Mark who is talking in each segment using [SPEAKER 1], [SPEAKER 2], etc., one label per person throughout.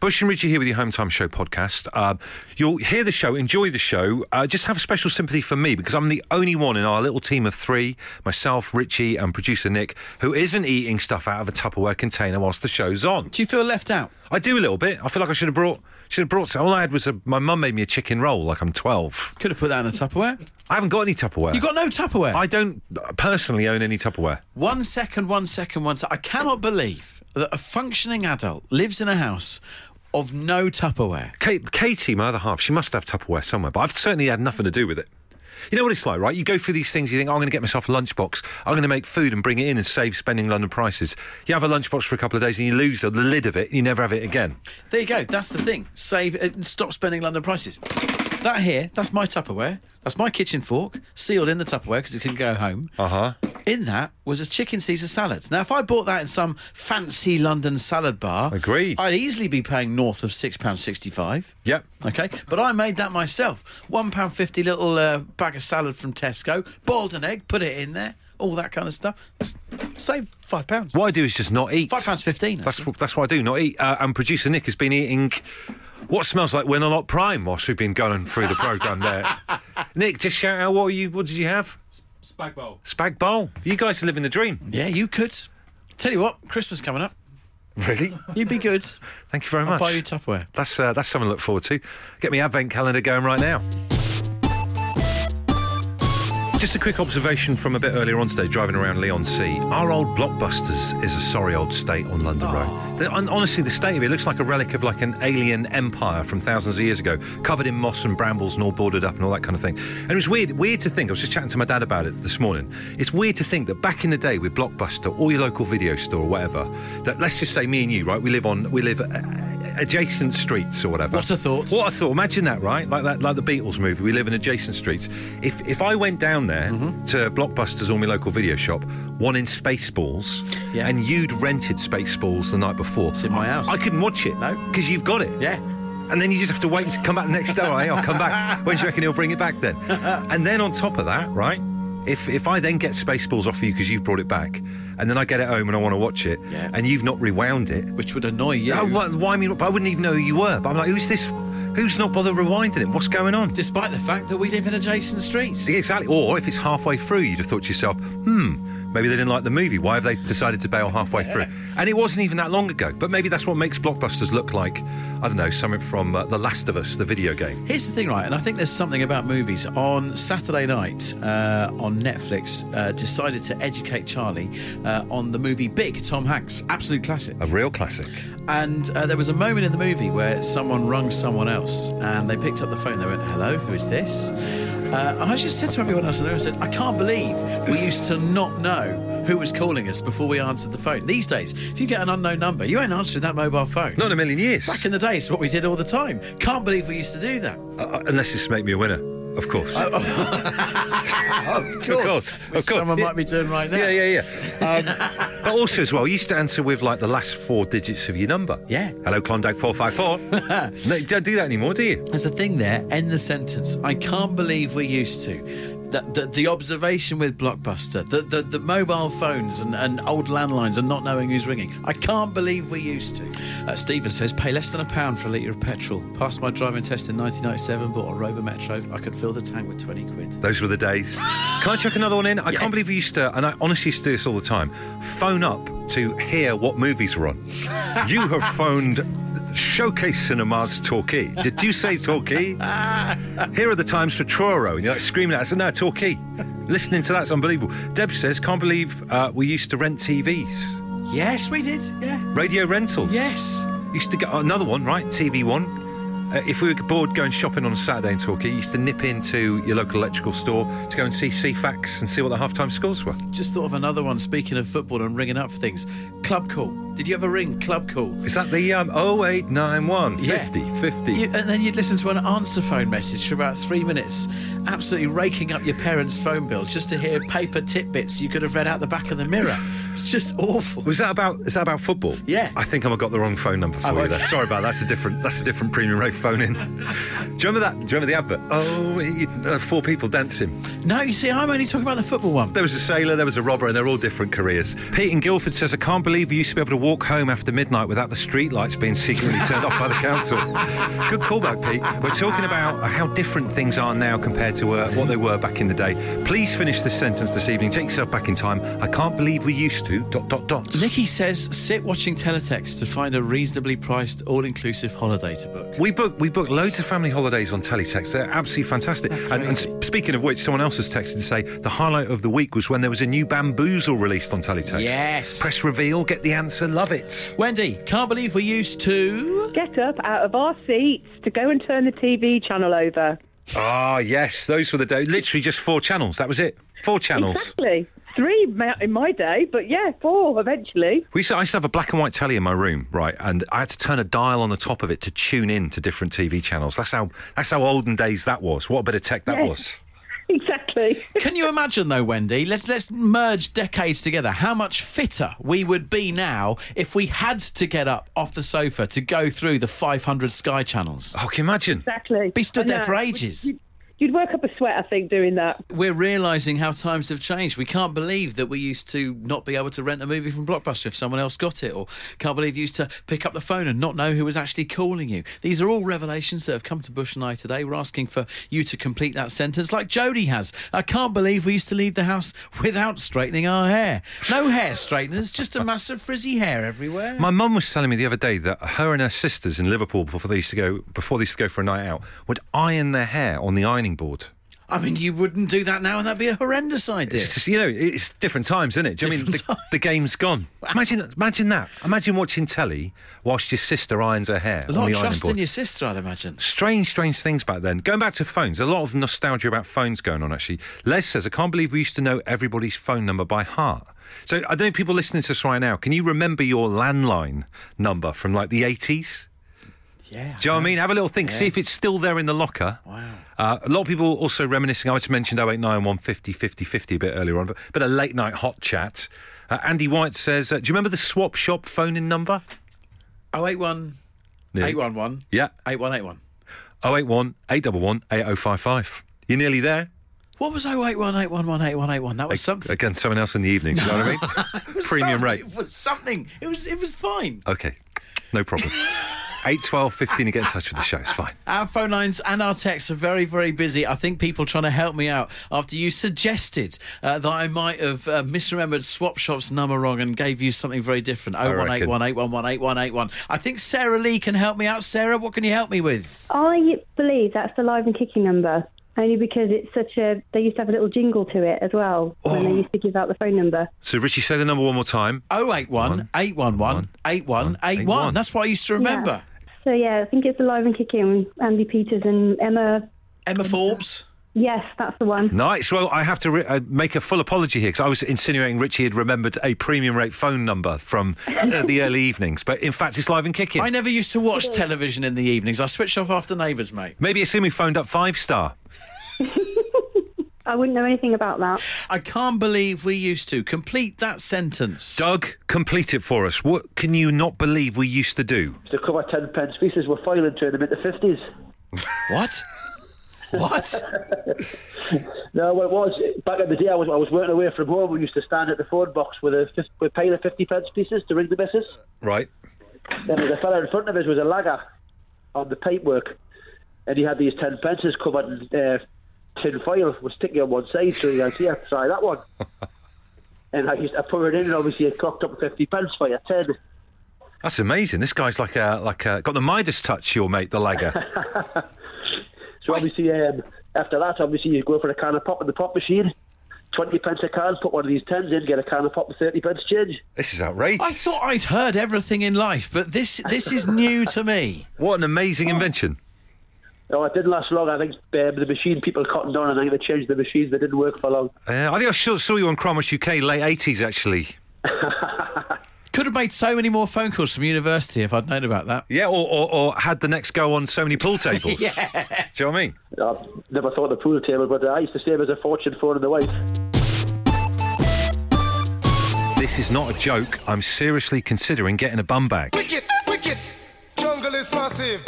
[SPEAKER 1] Bush and Richie here with your Home Time Show podcast. Um, you'll hear the show, enjoy the show. Uh, just have a special sympathy for me because I'm the only one in our little team of three myself, Richie, and producer Nick who isn't eating stuff out of a Tupperware container whilst the show's on.
[SPEAKER 2] Do you feel left out?
[SPEAKER 1] I do a little bit. I feel like I should have brought should have brought. some- All I had was a, my mum made me a chicken roll. Like I'm 12.
[SPEAKER 2] Could have put that in a Tupperware.
[SPEAKER 1] I haven't got any Tupperware.
[SPEAKER 2] You got no Tupperware.
[SPEAKER 1] I don't personally own any Tupperware.
[SPEAKER 2] One second, one second, one second. I cannot believe that a functioning adult lives in a house of no Tupperware.
[SPEAKER 1] Kate, Katie, my other half, she must have Tupperware somewhere, but I've certainly had nothing to do with it. You know what it's like, right? You go through these things, you think, oh, I'm going to get myself a lunchbox, I'm going to make food and bring it in and save spending London prices. You have a lunchbox for a couple of days and you lose the lid of it, and you never have it again.
[SPEAKER 2] There you go. That's the thing. Save and stop spending London prices. That here, that's my Tupperware. That's my kitchen fork, sealed in the Tupperware because it can go home.
[SPEAKER 1] Uh huh.
[SPEAKER 2] In that was a chicken Caesar salad. Now, if I bought that in some fancy London salad bar,
[SPEAKER 1] Agreed.
[SPEAKER 2] I'd easily be paying north of six pounds sixty-five.
[SPEAKER 1] Yep.
[SPEAKER 2] Okay, but I made that myself. One pound fifty little uh, bag of salad from Tesco. Boiled an egg, put it in there, all that kind of stuff. S- Save five pounds.
[SPEAKER 1] What I do is just not eat.
[SPEAKER 2] Five pounds fifteen.
[SPEAKER 1] That's, what- that's what I do, not eat. Uh, and producer Nick has been eating what smells like When a Lot Prime whilst we've been going through the programme there. Nick, just shout out, what, are you, what did you have?
[SPEAKER 3] Spag bowl.
[SPEAKER 1] Spag bowl. You guys are living the dream.
[SPEAKER 2] Yeah, you could. Tell you what, Christmas coming up.
[SPEAKER 1] Really?
[SPEAKER 2] You'd be good.
[SPEAKER 1] Thank you very
[SPEAKER 2] I'll
[SPEAKER 1] much.
[SPEAKER 2] buy you Tupperware.
[SPEAKER 1] That's uh, that's something to look forward to. Get me advent calendar going right now. Just a quick observation from a bit earlier on today, driving around Leon C. Our old Blockbusters is a sorry old state on London Road. The, hon- honestly, the state of it looks like a relic of like an alien empire from thousands of years ago, covered in moss and brambles and all boarded up and all that kind of thing. And it was weird, weird to think. I was just chatting to my dad about it this morning. It's weird to think that back in the day with Blockbuster or your local video store or whatever, that let's just say me and you, right? We live on we live uh, adjacent streets or whatever.
[SPEAKER 2] What a thought.
[SPEAKER 1] What I thought, imagine that, right? Like that, like the Beatles movie. We live in adjacent streets. If if I went down there
[SPEAKER 2] Mm-hmm.
[SPEAKER 1] to Blockbusters or my local video shop, one in Spaceballs,
[SPEAKER 2] Yeah.
[SPEAKER 1] and you'd rented Spaceballs the night before,
[SPEAKER 2] It's in my house.
[SPEAKER 1] I couldn't watch it,
[SPEAKER 2] No.
[SPEAKER 1] because you've got it.
[SPEAKER 2] Yeah.
[SPEAKER 1] And then you just have to wait to come back the next day. All right, I'll come back. When do you reckon he'll bring it back then? And then on top of that, right? If if I then get Spaceballs off you because you've brought it back, and then I get it home and I want to watch it,
[SPEAKER 2] Yeah.
[SPEAKER 1] and you've not rewound it,
[SPEAKER 2] Which would annoy you.
[SPEAKER 1] Oh, why, why me? But I wouldn't even know who you were. But I'm like, who's this? Who's not bothered rewinding it? What's going on?
[SPEAKER 2] Despite the fact that we live in adjacent streets.
[SPEAKER 1] Exactly. Or if it's halfway through, you'd have thought to yourself, hmm, maybe they didn't like the movie. Why have they decided to bail halfway through? And it wasn't even that long ago. But maybe that's what makes blockbusters look like, I don't know, something from uh, The Last of Us, the video game.
[SPEAKER 2] Here's the thing, right? And I think there's something about movies. On Saturday night uh, on Netflix, uh, decided to educate Charlie uh, on the movie Big, Tom Hanks, absolute classic.
[SPEAKER 1] A real classic.
[SPEAKER 2] And uh, there was a moment in the movie where someone rung someone else, and they picked up the phone. They went, "Hello, who is this?" Uh, and I just said to everyone else in the room, "I said, I can't believe we used to not know who was calling us before we answered the phone. These days, if you get an unknown number, you ain't answering that mobile phone.
[SPEAKER 1] Not in a million years.
[SPEAKER 2] Back in the day, it's what we did all the time. Can't believe we used to do that.
[SPEAKER 1] Uh, uh, unless this make me a winner, of course.
[SPEAKER 2] Of
[SPEAKER 1] course, of
[SPEAKER 2] which
[SPEAKER 1] course.
[SPEAKER 2] Someone
[SPEAKER 1] Yeah.
[SPEAKER 2] might be doing right now.
[SPEAKER 1] yeah, yeah, yeah. Um, but also, as well, you used to answer with like the last four digits of your number.
[SPEAKER 2] Yeah.
[SPEAKER 1] Hello, Klondike 454. no, you don't do that anymore, do you?
[SPEAKER 2] There's a thing there. End the sentence. I can't believe we used to. The, the, the observation with Blockbuster, the, the, the mobile phones and, and old landlines and not knowing who's ringing. I can't believe we used to. Uh, Stephen says, pay less than a pound for a litre of petrol. Passed my driving test in 1997, bought a Rover Metro. I could fill the tank with 20 quid.
[SPEAKER 1] Those were the days. Can I chuck another one in? I
[SPEAKER 2] Yes.
[SPEAKER 1] can't believe we used to, and I honestly used to do this all the time, phone up to hear what movies were on. you have phoned Showcase Cinemas Torquay. Did you say Torquay? Here are the times for Truro. And you're like screaming at us, no, Torquay. Listening to that's unbelievable. Deb says, can't believe uh, we used to rent TVs.
[SPEAKER 2] Yes, we did. Yeah.
[SPEAKER 1] Radio rentals.
[SPEAKER 2] Yes.
[SPEAKER 1] Used to get another one, right? TV One. Uh, if we were bored going shopping on a Saturday in Torquay, you used to nip into your local electrical store to go and see CFAX and see what the halftime scores were.
[SPEAKER 2] Just thought of another one. Speaking of football and ringing up for things. Club call. Did you ever ring club call?
[SPEAKER 1] Is that the um, 0891
[SPEAKER 2] Yeah.
[SPEAKER 1] 50 50?
[SPEAKER 2] You, and then you'd listen to an answer phone message for about three minutes, absolutely raking up your parents' phone bill just to hear paper tidbits you could have read out the back of the mirror. It's just awful.
[SPEAKER 1] Was that about is that about football?
[SPEAKER 2] Yeah.
[SPEAKER 1] I think I've got the wrong phone number for
[SPEAKER 2] Oh,
[SPEAKER 1] you
[SPEAKER 2] okay.
[SPEAKER 1] there. Sorry about that. That's a different that's a different premium rate phone in. Do you remember that? Do you remember the advert? Oh, you- uh, four people dancing.
[SPEAKER 2] No, you see, I'm only talking about the football one.
[SPEAKER 1] There was a sailor, there was a robber, and they're all different careers. Pete in Guildford says, I can't believe you used to be able to walk home after midnight without the streetlights being secretly turned off by the council. Good callback, Pete. We're talking about how different things are now compared to uh, what they were back in the day. Please finish this sentence this evening. Take yourself back in time. I can't believe we used to. Dot dot dot.
[SPEAKER 2] Nikki says, sit watching teletext to find a reasonably priced, all inclusive holiday to book.
[SPEAKER 1] We book we book loads of family holidays on teletext. They're absolutely fantastic. And, and sp- speaking of which, someone else has texted to say the highlight of the week was when there was a new bamboozle released on teletext.
[SPEAKER 2] Yes.
[SPEAKER 1] Press reveal, get the answer, love it.
[SPEAKER 2] Wendy, can't believe we used to.
[SPEAKER 3] Get up out of our seats to go and turn the TV channel over.
[SPEAKER 1] Ah, yes, those were the days. Literally just four channels. That was it. Four channels.
[SPEAKER 3] Exactly. Three ma- in my day, but yeah, four eventually.
[SPEAKER 1] We used to, I used to have a black and white telly in my room, right, and I had to turn a dial on the top of it to tune in to different TV channels. That's how that's how olden days that was. What a bit of tech that
[SPEAKER 3] Yes.
[SPEAKER 1] was.
[SPEAKER 3] Exactly.
[SPEAKER 2] Can you imagine though, Wendy? Let's let's merge decades together. How much fitter we would be now if we had to get up off the sofa to go through the 500 Sky channels.
[SPEAKER 1] Oh, can you imagine?
[SPEAKER 3] Exactly.
[SPEAKER 2] Be stood
[SPEAKER 3] I
[SPEAKER 2] there
[SPEAKER 4] uh,
[SPEAKER 3] know.
[SPEAKER 2] for ages.
[SPEAKER 3] You'd work up a sweat, I think, doing that.
[SPEAKER 2] We're realising how times have changed. We can't believe that we used to not be able to rent a movie from Blockbuster if someone else got it, or can't believe you used to pick up the phone and not know who was actually calling you. These are all revelations that have come to Bush and I today. We're asking for you to complete that sentence like Jody has. I can't believe we used to leave the house without straightening our hair. No hair straighteners, just a mass of frizzy hair everywhere.
[SPEAKER 1] Mm. My mum was telling me the other day that her and her sisters in Liverpool before they used to go before they used to go for a night out would iron their hair on the ironing board.
[SPEAKER 2] I mean, you wouldn't do that now, and that'd be a horrendous idea.
[SPEAKER 1] It's just, you know, it's different times, isn't it? Do you know what
[SPEAKER 2] Different
[SPEAKER 1] I mean the, the game's gone? Imagine, imagine that. Imagine watching telly whilst your sister irons her hair
[SPEAKER 2] A
[SPEAKER 1] on
[SPEAKER 2] lot
[SPEAKER 1] the
[SPEAKER 2] of
[SPEAKER 1] ironing
[SPEAKER 2] trust in
[SPEAKER 1] board.
[SPEAKER 2] your sister, I'd imagine.
[SPEAKER 1] Strange, strange things back then. Going back to phones, a lot of nostalgia about phones going on, actually. Les says, I can't believe we used to know everybody's phone number by heart. So I don't know, people listening to us right now, can you remember your landline number from like the 80s?
[SPEAKER 2] Yeah.
[SPEAKER 1] Do you know what I mean? Have a little think. See if it's still there in the locker.
[SPEAKER 2] Wow.
[SPEAKER 1] Uh, a lot of people also reminiscing. I just mentioned 0891 50 50 50 a bit earlier on, but, but a late night hot chat. Uh, Andy White says, uh, Do you remember the swap shop phone in number?
[SPEAKER 2] Oh eight one,
[SPEAKER 1] Nearly.
[SPEAKER 2] eight one one,
[SPEAKER 1] Yeah.
[SPEAKER 2] eight one eight one.
[SPEAKER 1] 081 811 8055. You're nearly there.
[SPEAKER 2] What was 08181181181? That was something.
[SPEAKER 1] Again, someone else in the evening. Do you know what I mean? Premium
[SPEAKER 2] Something.
[SPEAKER 1] rate.
[SPEAKER 2] It was something. It was it was fine.
[SPEAKER 1] Okay. No problem. 812 15 to get in touch with the show. It's fine.
[SPEAKER 2] Our phone lines and our texts are very, very busy. I think people trying to help me out after you suggested uh, that I might have uh, misremembered Swap Shop's number wrong and gave you something very different.
[SPEAKER 1] reckon.
[SPEAKER 2] 01818118181. I think Sarah Lee can help me out. Sarah, what can you help me with?
[SPEAKER 5] I believe that's the live and kicking number, only because it's such a. They used to have a little jingle to it as well when they used to give out the phone number.
[SPEAKER 1] So, Richie, say the number one more time.
[SPEAKER 2] 081 811 8181. That's what I used to remember.
[SPEAKER 5] So yeah, I think it's the live and kicking. Andy Peters and Emma.
[SPEAKER 2] Emma Forbes.
[SPEAKER 5] Yes, that's the one.
[SPEAKER 1] Nice. Well, I have to re- uh, make a full apology here because I was insinuating Richie had remembered a premium rate phone number from uh, the early evenings, but in fact, it's live and kicking.
[SPEAKER 2] I never used to watch television in the evenings. I switched off after Neighbours, mate.
[SPEAKER 1] Maybe it's him who phoned up five star.
[SPEAKER 5] I wouldn't know anything about that.
[SPEAKER 2] I can't believe we used to. Complete that sentence.
[SPEAKER 1] Doug, complete it for us. What can you not believe we used to do?
[SPEAKER 6] to cover ten pence pieces were filing to them in the fifties.
[SPEAKER 2] What? what?
[SPEAKER 6] No, what it was back in the day, I was I was working away from home. We used to stand at the phone box with a fif- with a pile of fifty pence pieces to ring the missus.
[SPEAKER 1] Right.
[SPEAKER 6] Then the fella in front of us was a lagger on the pipework, and he had these ten pences covered in uh, tin foil, was sticking on one side. So he goes, "Yeah, try that one." and I used I put it in, and obviously it clocked up fifty pence for your ten.
[SPEAKER 1] That's amazing. This guy's like a like a, got the Midas touch, your mate, the lagger.
[SPEAKER 6] So obviously, um, after that, obviously you go for a can of pop in the pop machine. Twenty pence a can, put one of these tens in, get a can of pop for thirty pence change.
[SPEAKER 1] this is outrageous.
[SPEAKER 2] I thought I'd heard everything in life, but this this is new to me.
[SPEAKER 1] What an amazing invention.
[SPEAKER 6] Oh, it didn't last long. I think um, the machine people cottoned on, and I think they changed the machines. They didn't work for long.
[SPEAKER 1] Uh, I think I saw, saw you on Cromwell UK late eighties, actually.
[SPEAKER 2] Could have made so many more phone calls from university if I'd known about that.
[SPEAKER 1] Yeah, or, or, or had the next go on so many pool tables. yeah. Do you know what I mean?
[SPEAKER 6] I never thought the pool table, but I used to save as a fortune phone and the wife.
[SPEAKER 1] This is not a joke. I'm seriously considering getting a bum bag.
[SPEAKER 7] Wicked, wicked. Jungle is massive.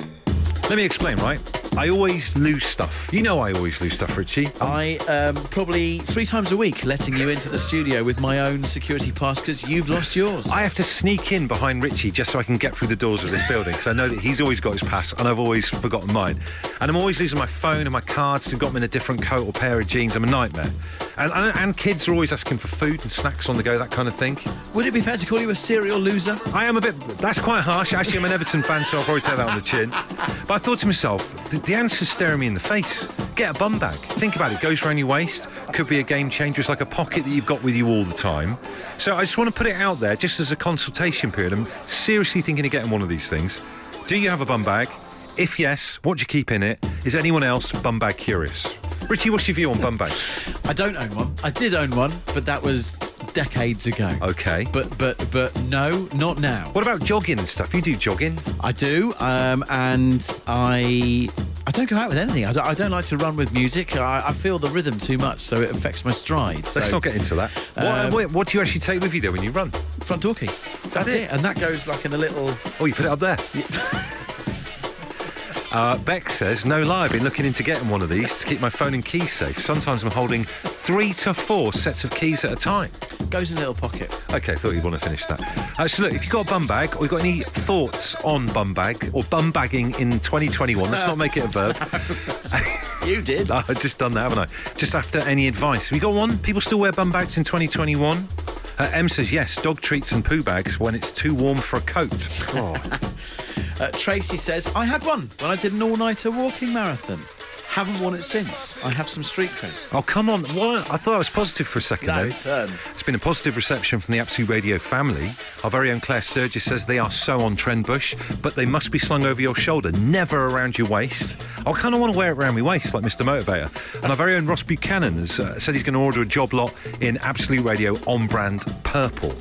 [SPEAKER 1] Let me explain, right? I always lose stuff. You know I always lose stuff, Richie.
[SPEAKER 2] I um, probably three times a week letting you into the studio with my own security pass because you've lost yours.
[SPEAKER 1] I have to sneak in behind Richie just so I can get through the doors of this building because I know that he's always got his pass and I've always forgotten mine. And I'm always losing my phone and my cards and got them in a different coat or pair of jeans. I'm a nightmare. And, and, and kids are always asking for food and snacks on the go, that kind of thing.
[SPEAKER 2] Would it be fair to call you a serial loser?
[SPEAKER 1] I am a bit. That's quite harsh. Actually, I'm an Everton fan, so I'll probably take that on the chin. But I thought to myself, the, the answer's staring me in the face. Get a bum bag. Think about it. Goes around your waist. Could be a game changer. It's like a pocket that you've got with you all the time. So I just want to put it out there, just as a consultation period. I'm seriously thinking of getting one of these things. Do you have a bum bag? If yes, what do you keep in it? Is anyone else bum bag curious? Richie, what's your view on bum bags?
[SPEAKER 2] I don't own one. I did own one, but that was decades ago.
[SPEAKER 1] Okay.
[SPEAKER 2] But but but no, not now.
[SPEAKER 1] What about jogging and stuff? You do jogging.
[SPEAKER 2] I do, um, and I I don't go out with anything. I don't, I don't like to run with music. I, I feel the rhythm too much, so it affects my stride.
[SPEAKER 1] Let's
[SPEAKER 2] so-
[SPEAKER 1] not get into that. What,
[SPEAKER 2] Um,
[SPEAKER 1] what, what do you actually take with you there when you run?
[SPEAKER 2] front door key. That's
[SPEAKER 1] it?
[SPEAKER 2] it? and that goes like in a little.
[SPEAKER 1] Oh, you put it up there. uh, Beck says, no lie, I've been looking into getting one of these to keep my phone and keys safe. Sometimes I'm holding three to four sets of keys at a time.
[SPEAKER 2] Goes in a little pocket.
[SPEAKER 1] Okay, thought you'd want to finish that. Uh, so, look, if you've got a bum bag or you've got any thoughts on bum bag or bum bagging in 2021, let's not make it a verb.
[SPEAKER 2] You did.
[SPEAKER 1] No, I've just done that, haven't I? Just after any advice. Have you got one? People still wear bum bags in 2021? Uh, M says, yes, dog treats and poo bags when it's too warm for a coat.
[SPEAKER 2] Uh, Tracy says I had one when I did an all-nighter walking marathon. Haven't worn it since. I have some street cred.
[SPEAKER 1] Oh, come on. What? I thought I was positive for a second
[SPEAKER 2] No,
[SPEAKER 1] there.
[SPEAKER 2] it turned.
[SPEAKER 1] It's been a positive reception from the Absolute Radio family. Our very own Claire Sturgis says they are so on trend, Bush, but they must be slung over your shoulder, never around your waist. I kind of want to wear it around my waist, like Mr. Motivator. And our very own Ross Buchanan has uh, said he's going to order a job lot in Absolute Radio on brand purple.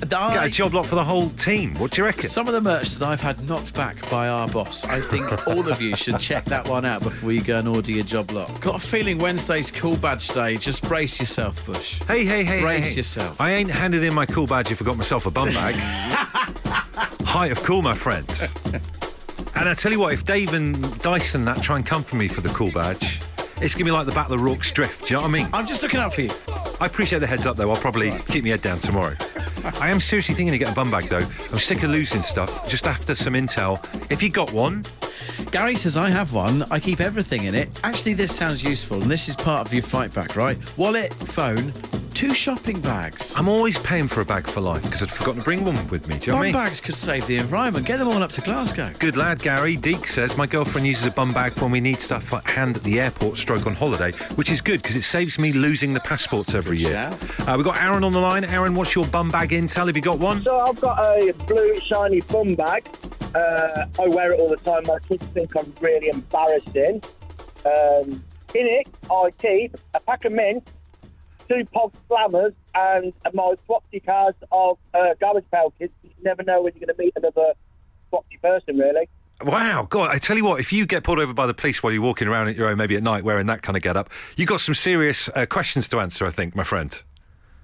[SPEAKER 1] Get
[SPEAKER 2] I-
[SPEAKER 1] a job lot for the whole team. What do you reckon?
[SPEAKER 2] Some of the merch that I've had knocked back by our boss. I think all of you should check that one out before you go and order your job lot. Got a feeling Wednesday's cool badge day. Just brace yourself, Bush.
[SPEAKER 1] Hey, hey, hey.
[SPEAKER 2] Brace
[SPEAKER 1] hey, hey.
[SPEAKER 2] yourself.
[SPEAKER 1] I ain't handed in my cool badge if I got myself a bum bag. Height of cool, my friend. and I tell you what, if Dave and Dyson and that try and come for me for the cool badge, it's going to be like the Battle of Rourke's Drift. Do you know what I mean?
[SPEAKER 2] I'm just looking out for you.
[SPEAKER 1] I appreciate the heads up, though. I'll probably keep my head down tomorrow. I am seriously thinking to get a bum bag, though. I'm sick of losing stuff. Just after some intel. If you got one,
[SPEAKER 2] Gary says, I have one. I keep everything in it. Actually, this sounds useful, and this is part of your fight back, right? Wallet, phone, two shopping bags.
[SPEAKER 1] I'm always paying for a bag for life because I'd forgotten to bring one with me. Do you know what I
[SPEAKER 2] One
[SPEAKER 1] mean?
[SPEAKER 2] bags could save the environment. Get them all up to Glasgow.
[SPEAKER 1] Good lad, Gary. Deek says, My girlfriend uses a bum bag when we need stuff at hand at the airport, stroke on holiday, which is good because it saves me losing the passports every year. Uh, we've got Aaron on the line. Aaron, what's your bum bag intel? Have you got one?
[SPEAKER 6] So I've got a blue shiny bum bag. Uh, I wear it all the time. My kids think I'm really embarrassed in. Um, in it, I keep a pack of mint, two pog slammers, and my swapty cards of uh, garbage pail kids. You never know when you're going to meet another swapty person, really.
[SPEAKER 1] Wow, God, I tell you what, if you get pulled over by the police while you're walking around at your own, maybe at night wearing that kind of get up, you've got some serious uh, questions to answer, I think, my friend.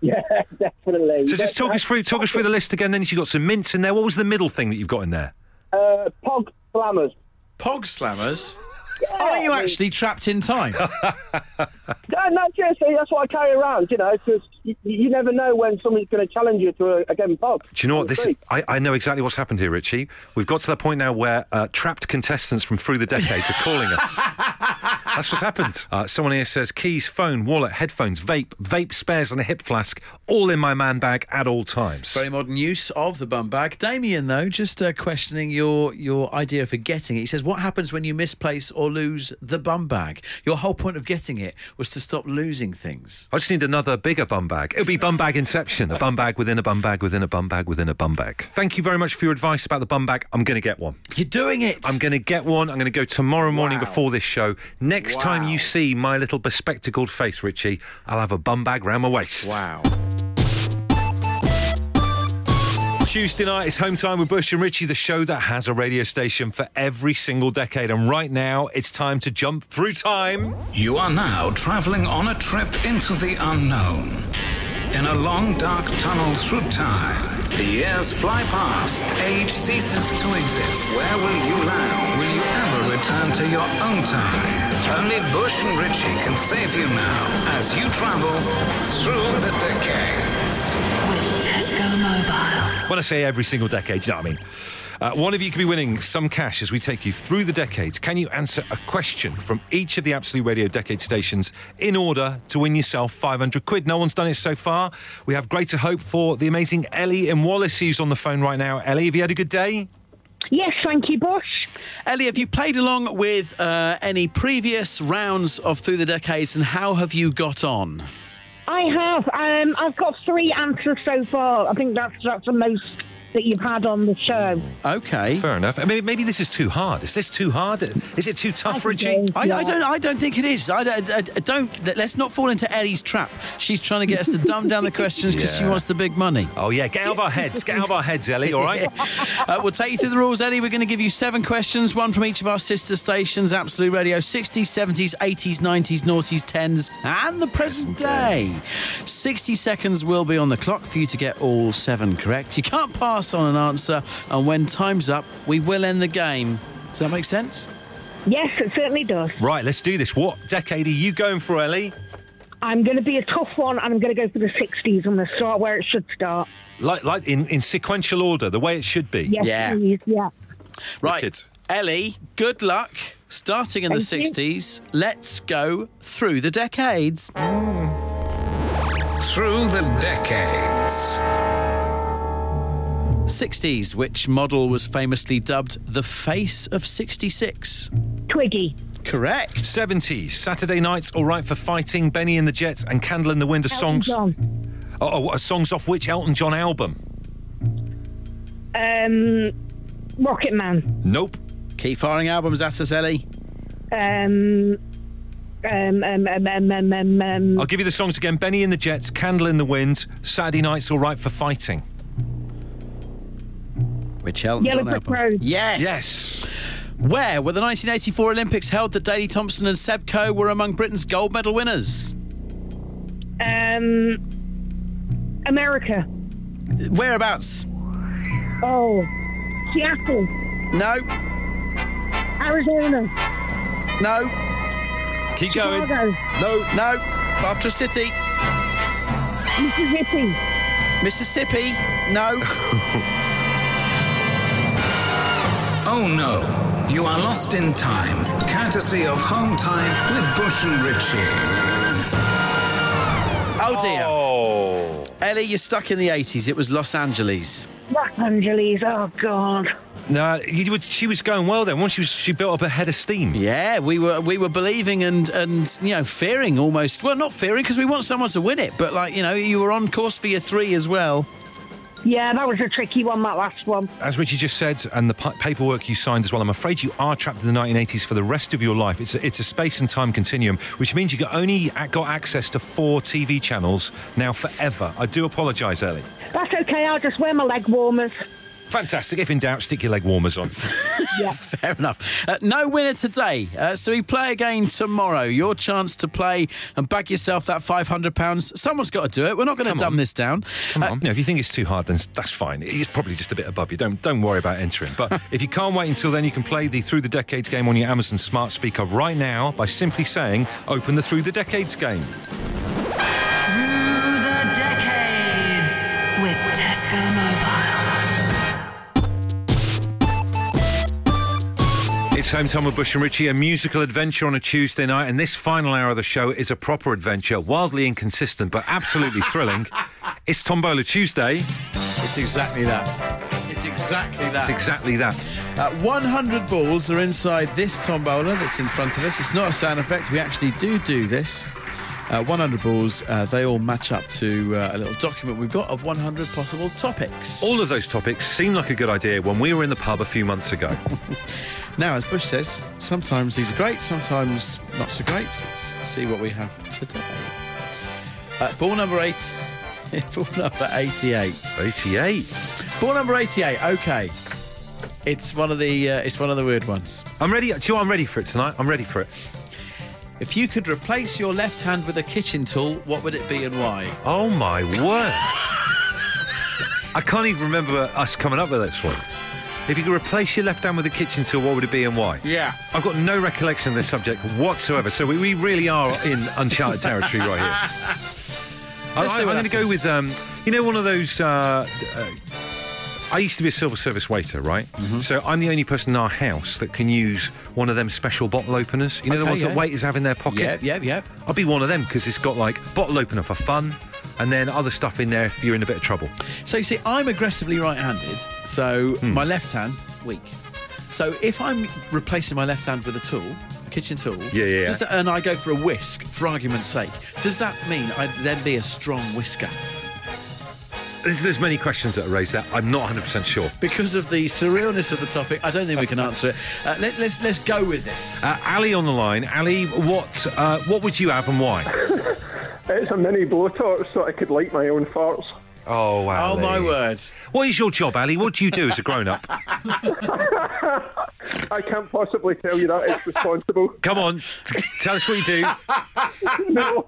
[SPEAKER 6] Yeah, definitely.
[SPEAKER 1] So just talk us through talk us through the list again, then you've got some mints in there. What was the middle thing that you've got in there?
[SPEAKER 6] Uh, pog slammers.
[SPEAKER 2] Pog slammers. Are you actually trapped in time?
[SPEAKER 6] No, no, seriously, that's what I carry around, you know, because you, you never know when somebody's going to challenge you to a, a game of pog.
[SPEAKER 1] Do you know what
[SPEAKER 8] Oh,
[SPEAKER 1] this?
[SPEAKER 6] Free.
[SPEAKER 1] I, I know exactly what's happened here, Richie. We've got to that point now where uh, trapped contestants from through the decades are calling us. That's what's happened. Uh, someone here says keys, phone, wallet, headphones, vape, vape spares, and a hip flask, all in my man bag at all times.
[SPEAKER 2] Very modern use of the bum bag. Damien, though, just uh, questioning your your idea for getting it. He says, "What happens when you misplace or lose the bum bag? Your whole point of getting it was to stop losing things."
[SPEAKER 1] I just need another bigger bum bag. It'll be bum bag inception. A bum bag within a bum bag within a bum bag within a bum bag. Thank you very much for your advice about the bum bag. I'm going to get one.
[SPEAKER 2] You're doing it.
[SPEAKER 1] I'm going to get one. I'm going to go tomorrow morning before this show. Next time you see my little bespectacled face, Richie, I'll have a bum bag round my waist.
[SPEAKER 2] wow.
[SPEAKER 1] Tuesday night is home time with Bush and Richie, the show that has a radio station for every single decade. And right now, it's time to jump through time.
[SPEAKER 9] You are now traveling on a trip into the unknown. In a long dark tunnel through time, the years fly past, age ceases to exist. Where will you land? Will you ever return to your own time? Only Bush and Ritchie can save you now as you travel through the decades.
[SPEAKER 10] With Tesco Mobile.
[SPEAKER 1] When I say every single decade, you know what I mean? Uh, one of you could be winning some cash as we take you through the decades. Can you answer a question from each of the Absolute Radio decade stations in order to win yourself 500 quid? No one's done it so far. We have greater hope for the amazing Ellie in Wallace, who's on the phone right now. Ellie, have you had a good day?
[SPEAKER 4] Yes, thank you, boss.
[SPEAKER 2] Ellie, have you played along with uh, any previous rounds of Through the Decades and how have you got on?
[SPEAKER 4] I have. Um, I've got three answers so far. I think that's that's the most that you've had on the show.
[SPEAKER 2] Okay.
[SPEAKER 1] Fair enough. I mean, maybe this is too hard. Is this too hard? Is it too tough, Richie?
[SPEAKER 4] think-
[SPEAKER 2] I, I don't. I don't think it is. I, don't- I- I don't. let- Let's not fall into Ellie's trap. She's trying to get us to dumb down the questions because she
[SPEAKER 1] Yeah.
[SPEAKER 2] wants the big money.
[SPEAKER 1] Oh, yeah. Get out of our heads. Get out of our heads, Ellie, all right?
[SPEAKER 2] Uh, we'll take you through the rules, Ellie. We're going to give you seven questions, one from each of our sister stations: Absolute Radio, 60s, 70s, 80s, 90s, noughties, 10s, and the present day. 60 seconds will be on the clock for you to get all seven correct. You can't pass on an answer, and when time's up, we will end the game. Does that make sense?
[SPEAKER 4] Yes, it certainly does.
[SPEAKER 1] Right, let's do this. What decade are you going for, Ellie?
[SPEAKER 4] I'm going to be a tough one, and I'm going to go for the 60s. I'm going to start where it should start.
[SPEAKER 1] Like, like in, in sequential order, the way it should be.
[SPEAKER 4] Yes,
[SPEAKER 2] Yeah.
[SPEAKER 4] please. Yeah.
[SPEAKER 2] Right.
[SPEAKER 1] Wicked.
[SPEAKER 2] Ellie, good luck. Starting in the
[SPEAKER 4] Thank you.
[SPEAKER 2] 60s, let's go through the decades.
[SPEAKER 9] Through the decades.
[SPEAKER 2] 60s, which model was famously dubbed the face of 66?
[SPEAKER 4] Twiggy.
[SPEAKER 2] Correct.
[SPEAKER 1] 70s, Saturday nights, all right for fighting, Benny and the Jets, and Candle in the Wind are
[SPEAKER 4] Elton
[SPEAKER 1] songs.
[SPEAKER 4] John.
[SPEAKER 1] Oh, oh, songs off which Elton John album?
[SPEAKER 4] Um, Rocket Man.
[SPEAKER 1] Nope.
[SPEAKER 2] Keep firing albums at us, Ellie.
[SPEAKER 4] Um, um, um, um, um, um, um, um,
[SPEAKER 1] I'll give you the songs again Benny and the Jets, Candle in the Wind, Saturday nights, all right for fighting.
[SPEAKER 2] Which Elton
[SPEAKER 4] Yellow
[SPEAKER 2] John
[SPEAKER 4] Brick
[SPEAKER 2] album?
[SPEAKER 4] Road.
[SPEAKER 2] Yes. Where were the 1984 Olympics held that Daley Thompson and Seb Coe were among Britain's gold medal winners?
[SPEAKER 4] um, America.
[SPEAKER 2] Whereabouts?
[SPEAKER 4] Oh, Seattle,
[SPEAKER 2] No,
[SPEAKER 4] Arizona,
[SPEAKER 2] no,
[SPEAKER 1] Keep going.
[SPEAKER 4] Chicago,
[SPEAKER 1] No.
[SPEAKER 2] no. After a city.
[SPEAKER 4] Mississippi,
[SPEAKER 2] Mississippi. No.
[SPEAKER 9] Oh no, you are lost in time. Courtesy of Home Time with Bush and Ritchie.
[SPEAKER 2] Oh dear.
[SPEAKER 1] Oh.
[SPEAKER 2] Ellie, you're stuck in the 80s. It was Los Angeles.
[SPEAKER 4] Los Angeles. Oh God.
[SPEAKER 1] No, you, were- she was going well then. Once she, was, she built up a head of steam.
[SPEAKER 2] Yeah, we were we were believing and and you know fearing almost. Well, not fearing because we want someone to win it, but like you know you were on course for your three as well.
[SPEAKER 4] Yeah, that was a tricky one. That last one.
[SPEAKER 1] As Richie just said, and the pa- paperwork you signed as well, I'm afraid you are trapped in the 1980s for the rest of your life. It's a, it's a space and time continuum, which means you got only a- got access to four TV channels now forever. I do apologise, Ellie.
[SPEAKER 4] That's okay. I'll just wear my leg warmers.
[SPEAKER 1] Fantastic. If in doubt, stick your leg warmers on.
[SPEAKER 2] Fair enough. Uh, no winner today, uh, so we play again tomorrow. Your chance to play and bag yourself that five hundred pounds. Someone's got to do it. We're not going to dumb this down. Uh, Come
[SPEAKER 1] You know, Uh, if you think it's too hard, then s- that's fine. It's probably just a bit above you. Don't don't worry about entering. But if you can't wait until then, you can play the Through the Decades game on your Amazon smart speaker right now by simply saying, "Open the Through the Decades game."
[SPEAKER 10] Through the decades. With Tesco Mobile.
[SPEAKER 1] It's Home Time with Bush and Ritchie, a musical adventure on a Tuesday night, and this final hour of the show is a proper adventure, wildly inconsistent but absolutely thrilling. It's Tombola Tuesday.
[SPEAKER 2] It's exactly that. It's exactly that.
[SPEAKER 1] It's exactly that.
[SPEAKER 2] Uh, 100 balls are inside this tombola that's in front of us. It's not a sound effect. We actually do do this. Uh, 100 balls, uh, they all match up to uh, a little document we've got of 100 possible topics.
[SPEAKER 1] All of those topics seem like a good idea when we were in the pub a few months ago.
[SPEAKER 2] Now, as Bush says, sometimes these are great, sometimes not so great. Let's see what we have today. Uh, ball number eight. ball number 88.
[SPEAKER 1] 88.
[SPEAKER 2] Ball number 88. Okay. It's one of the uh, it's one of the weird ones.
[SPEAKER 1] I'm ready. Do you know what I'm ready for it tonight? I'm ready for it.
[SPEAKER 2] If you could replace your left hand with a kitchen tool, what would it be and why?
[SPEAKER 1] Oh my word! I can't even remember us coming up with this one. If you could replace your left hand with a kitchen tool, what would it be and why?
[SPEAKER 2] Yeah.
[SPEAKER 1] I've got no recollection of this subject whatsoever, so we, we really are in uncharted territory right here. I,
[SPEAKER 2] Let's see
[SPEAKER 1] am
[SPEAKER 2] what
[SPEAKER 1] going to go
[SPEAKER 2] happens.
[SPEAKER 1] with, um, you know, one of those. Uh, d- uh, I used to be a civil service waiter, right?
[SPEAKER 2] Mm-hmm.
[SPEAKER 1] So I'm the only person in our house that can use one of them special bottle openers. You know the
[SPEAKER 2] Okay,
[SPEAKER 1] ones
[SPEAKER 2] yeah.
[SPEAKER 1] that waiters have in their pocket?
[SPEAKER 2] Yep, yep, yep.
[SPEAKER 1] I'll be one of them because it's got like bottle opener for fun and then other stuff in there if you're in a bit of trouble.
[SPEAKER 2] So you see, I'm aggressively right-handed, so
[SPEAKER 1] Hmm.
[SPEAKER 2] my left hand weak. So if I'm replacing my left hand with a tool, a kitchen tool,
[SPEAKER 1] Yeah, yeah,
[SPEAKER 2] Does
[SPEAKER 1] yeah.
[SPEAKER 2] that, and I go for a whisk, for argument's sake, does that mean I'd then be a strong whisker?
[SPEAKER 1] There's, there's many questions that are raised there. I'm not 100% sure.
[SPEAKER 2] Because of the surrealness of the topic, I don't think we can answer it. Uh, let, let's let's go with this.
[SPEAKER 1] Uh, Ali on the line. Ali, what uh, what would you have and why?
[SPEAKER 8] It's a mini blowtorch so I could light my own farts.
[SPEAKER 1] Oh, wow.
[SPEAKER 2] oh my word!
[SPEAKER 1] What is your job, Ali? What do you do as a grown up?
[SPEAKER 8] I can't possibly tell you that. It's responsible.
[SPEAKER 1] Come on, tell us what you do.
[SPEAKER 8] no.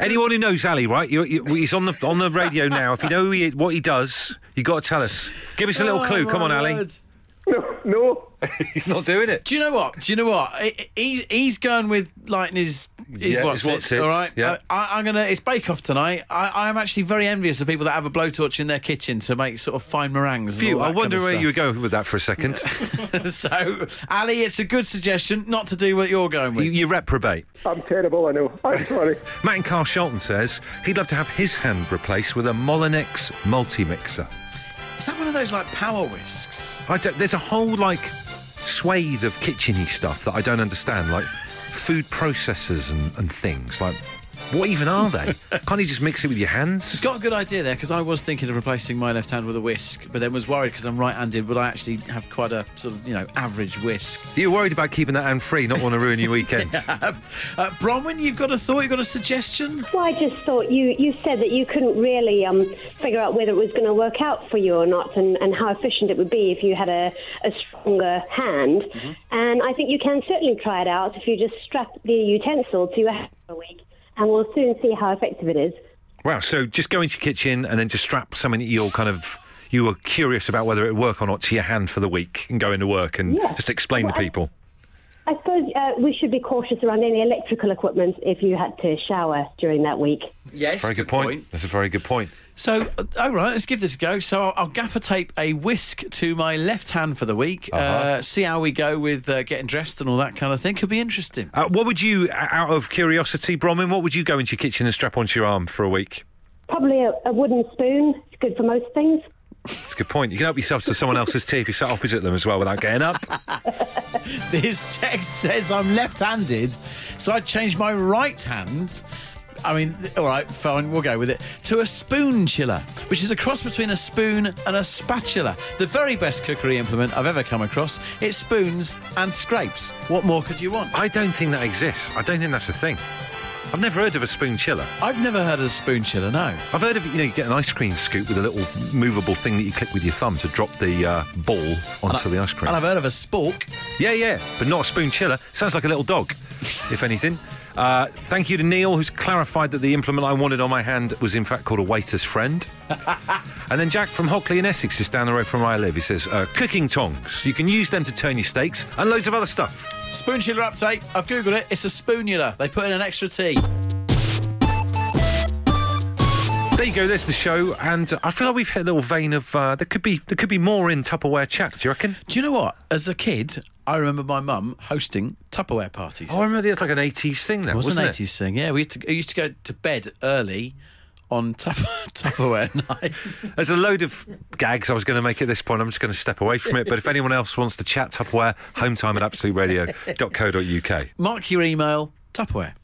[SPEAKER 1] Anyone who knows Ali, right? You, you, he's on the on the radio now. If you know who he, what he does, you got to tell us. Give us a little
[SPEAKER 2] Oh,
[SPEAKER 1] clue. Come
[SPEAKER 2] my
[SPEAKER 1] on, Ali.
[SPEAKER 2] word.
[SPEAKER 8] No. No.
[SPEAKER 1] He's not doing it.
[SPEAKER 2] Do you know what? Do you know what? I- I- He's he's going with like his his
[SPEAKER 1] Yeah,
[SPEAKER 2] what's
[SPEAKER 1] his what's
[SPEAKER 2] it,
[SPEAKER 1] it,
[SPEAKER 2] all right. Uh,
[SPEAKER 1] yeah.
[SPEAKER 2] I, I'm gonna. It's Bake Off tonight. I, I'm actually very envious of people that have a blowtorch in their kitchen to make sort of fine meringues.
[SPEAKER 1] Phew,
[SPEAKER 2] and all
[SPEAKER 1] I
[SPEAKER 2] that
[SPEAKER 1] wonder
[SPEAKER 2] kind
[SPEAKER 1] where
[SPEAKER 2] of
[SPEAKER 1] you were going with that for a second.
[SPEAKER 2] stuff. so, Ali, it's a good suggestion not to do what you're going with.
[SPEAKER 1] you, you reprobate.
[SPEAKER 8] I'm terrible. I know. I'm sorry.
[SPEAKER 1] Matt and Carl Shelton says he'd love to have his hand replaced with a Molinex multi-mixer.
[SPEAKER 2] Is that one of those like power whisks?
[SPEAKER 1] I don't, there's a whole like swathe of kitcheny stuff that I don't understand, like food processors and, and things. Like, what even are they? Can't you just mix it with your hands?
[SPEAKER 2] It's got a good idea there because I was thinking of replacing my left hand with a whisk, but then was worried because I'm right-handed. Would I actually have quite a sort of you know average whisk?
[SPEAKER 1] You're worried about keeping that hand free, not want to ruin your weekends.
[SPEAKER 2] Uh, Bronwyn, you've got a thought. You've got a suggestion.
[SPEAKER 11] Well, I just thought you, you said that you couldn't really um, figure out whether it was going to work out for you or not and, and how efficient it would be if you had a, a stronger hand. And I think you can certainly try it out if you just strap the utensil to your hand for a week, and we'll soon see how effective it is.
[SPEAKER 1] Wow, so just go into your kitchen and then just strap something that you're kind of you were curious about whether it would work or not to your hand for the week and go into work and
[SPEAKER 11] Yeah.
[SPEAKER 1] just explain to
[SPEAKER 11] Well, I-
[SPEAKER 1] people.
[SPEAKER 11] I suppose uh, we should be cautious around any electrical equipment if you had to shower during that week.
[SPEAKER 2] Yes,
[SPEAKER 1] Very good point. That's a very good point.
[SPEAKER 2] So, uh, all right, let's give this a go. So, I'll, I'll gaffer tape a whisk to my left hand for the week. uh see how we go with uh, getting dressed and all that kind of thing. Could be interesting.
[SPEAKER 1] Uh, what would you, out of curiosity, Bronwyn, what would you go into your kitchen and strap onto your arm for a week?
[SPEAKER 11] Probably a, a wooden spoon. It's good for most things.
[SPEAKER 1] It's a good point. You can help yourself to someone else's tea if you sat opposite them as well without getting up.
[SPEAKER 2] This text says I'm left-handed, so I changed my right hand. I mean, th- all right, fine, we'll go with it. To a spoon chiller, which is a cross between a spoon and a spatula. The very best cookery implement I've ever come across. It spoons and scrapes. What more could you want?
[SPEAKER 1] I don't think that exists. I don't think that's a thing. I've never heard of a spoon chiller.
[SPEAKER 2] I've never heard of a spoon chiller, no.
[SPEAKER 1] I've heard of it, you know, you get an ice cream scoop with a little movable thing that you click with your thumb to drop the uh, ball onto the ice cream.
[SPEAKER 2] And I've heard of a spork.
[SPEAKER 1] Yeah, yeah, but not a spoon chiller. Sounds like a little dog, if anything. Uh, thank you to Neil, who's clarified that the implement I wanted on my hand was in fact called a waiter's friend. and then Jack from Hockley in Essex, just down the road from where I live, he says, uh, cooking tongs. You can use them to turn your steaks and loads of other stuff.
[SPEAKER 2] Spoon chiller update. I've googled it. It's a spoonula. They put in an extra T.
[SPEAKER 1] There you go. There's the show, and uh, I feel like we've hit a little vein of uh, there could be there could be more in Tupperware chat. Do you reckon?
[SPEAKER 2] Do you know what? As a kid, I remember my mum hosting Tupperware parties.
[SPEAKER 1] Oh, I remember that's like an 80s thing, that
[SPEAKER 2] it was
[SPEAKER 1] wasn't
[SPEAKER 2] an
[SPEAKER 1] it?
[SPEAKER 2] eighties thing. Yeah, we used to, I used to go to bed early on tup- Tupperware night.
[SPEAKER 1] There's a load of gags I was going to make at this point. I'm just going to step away from it. But if anyone else wants to chat Tupperware, hometime at absoluteradio.co.uk.
[SPEAKER 2] Mark your email. Tupperware.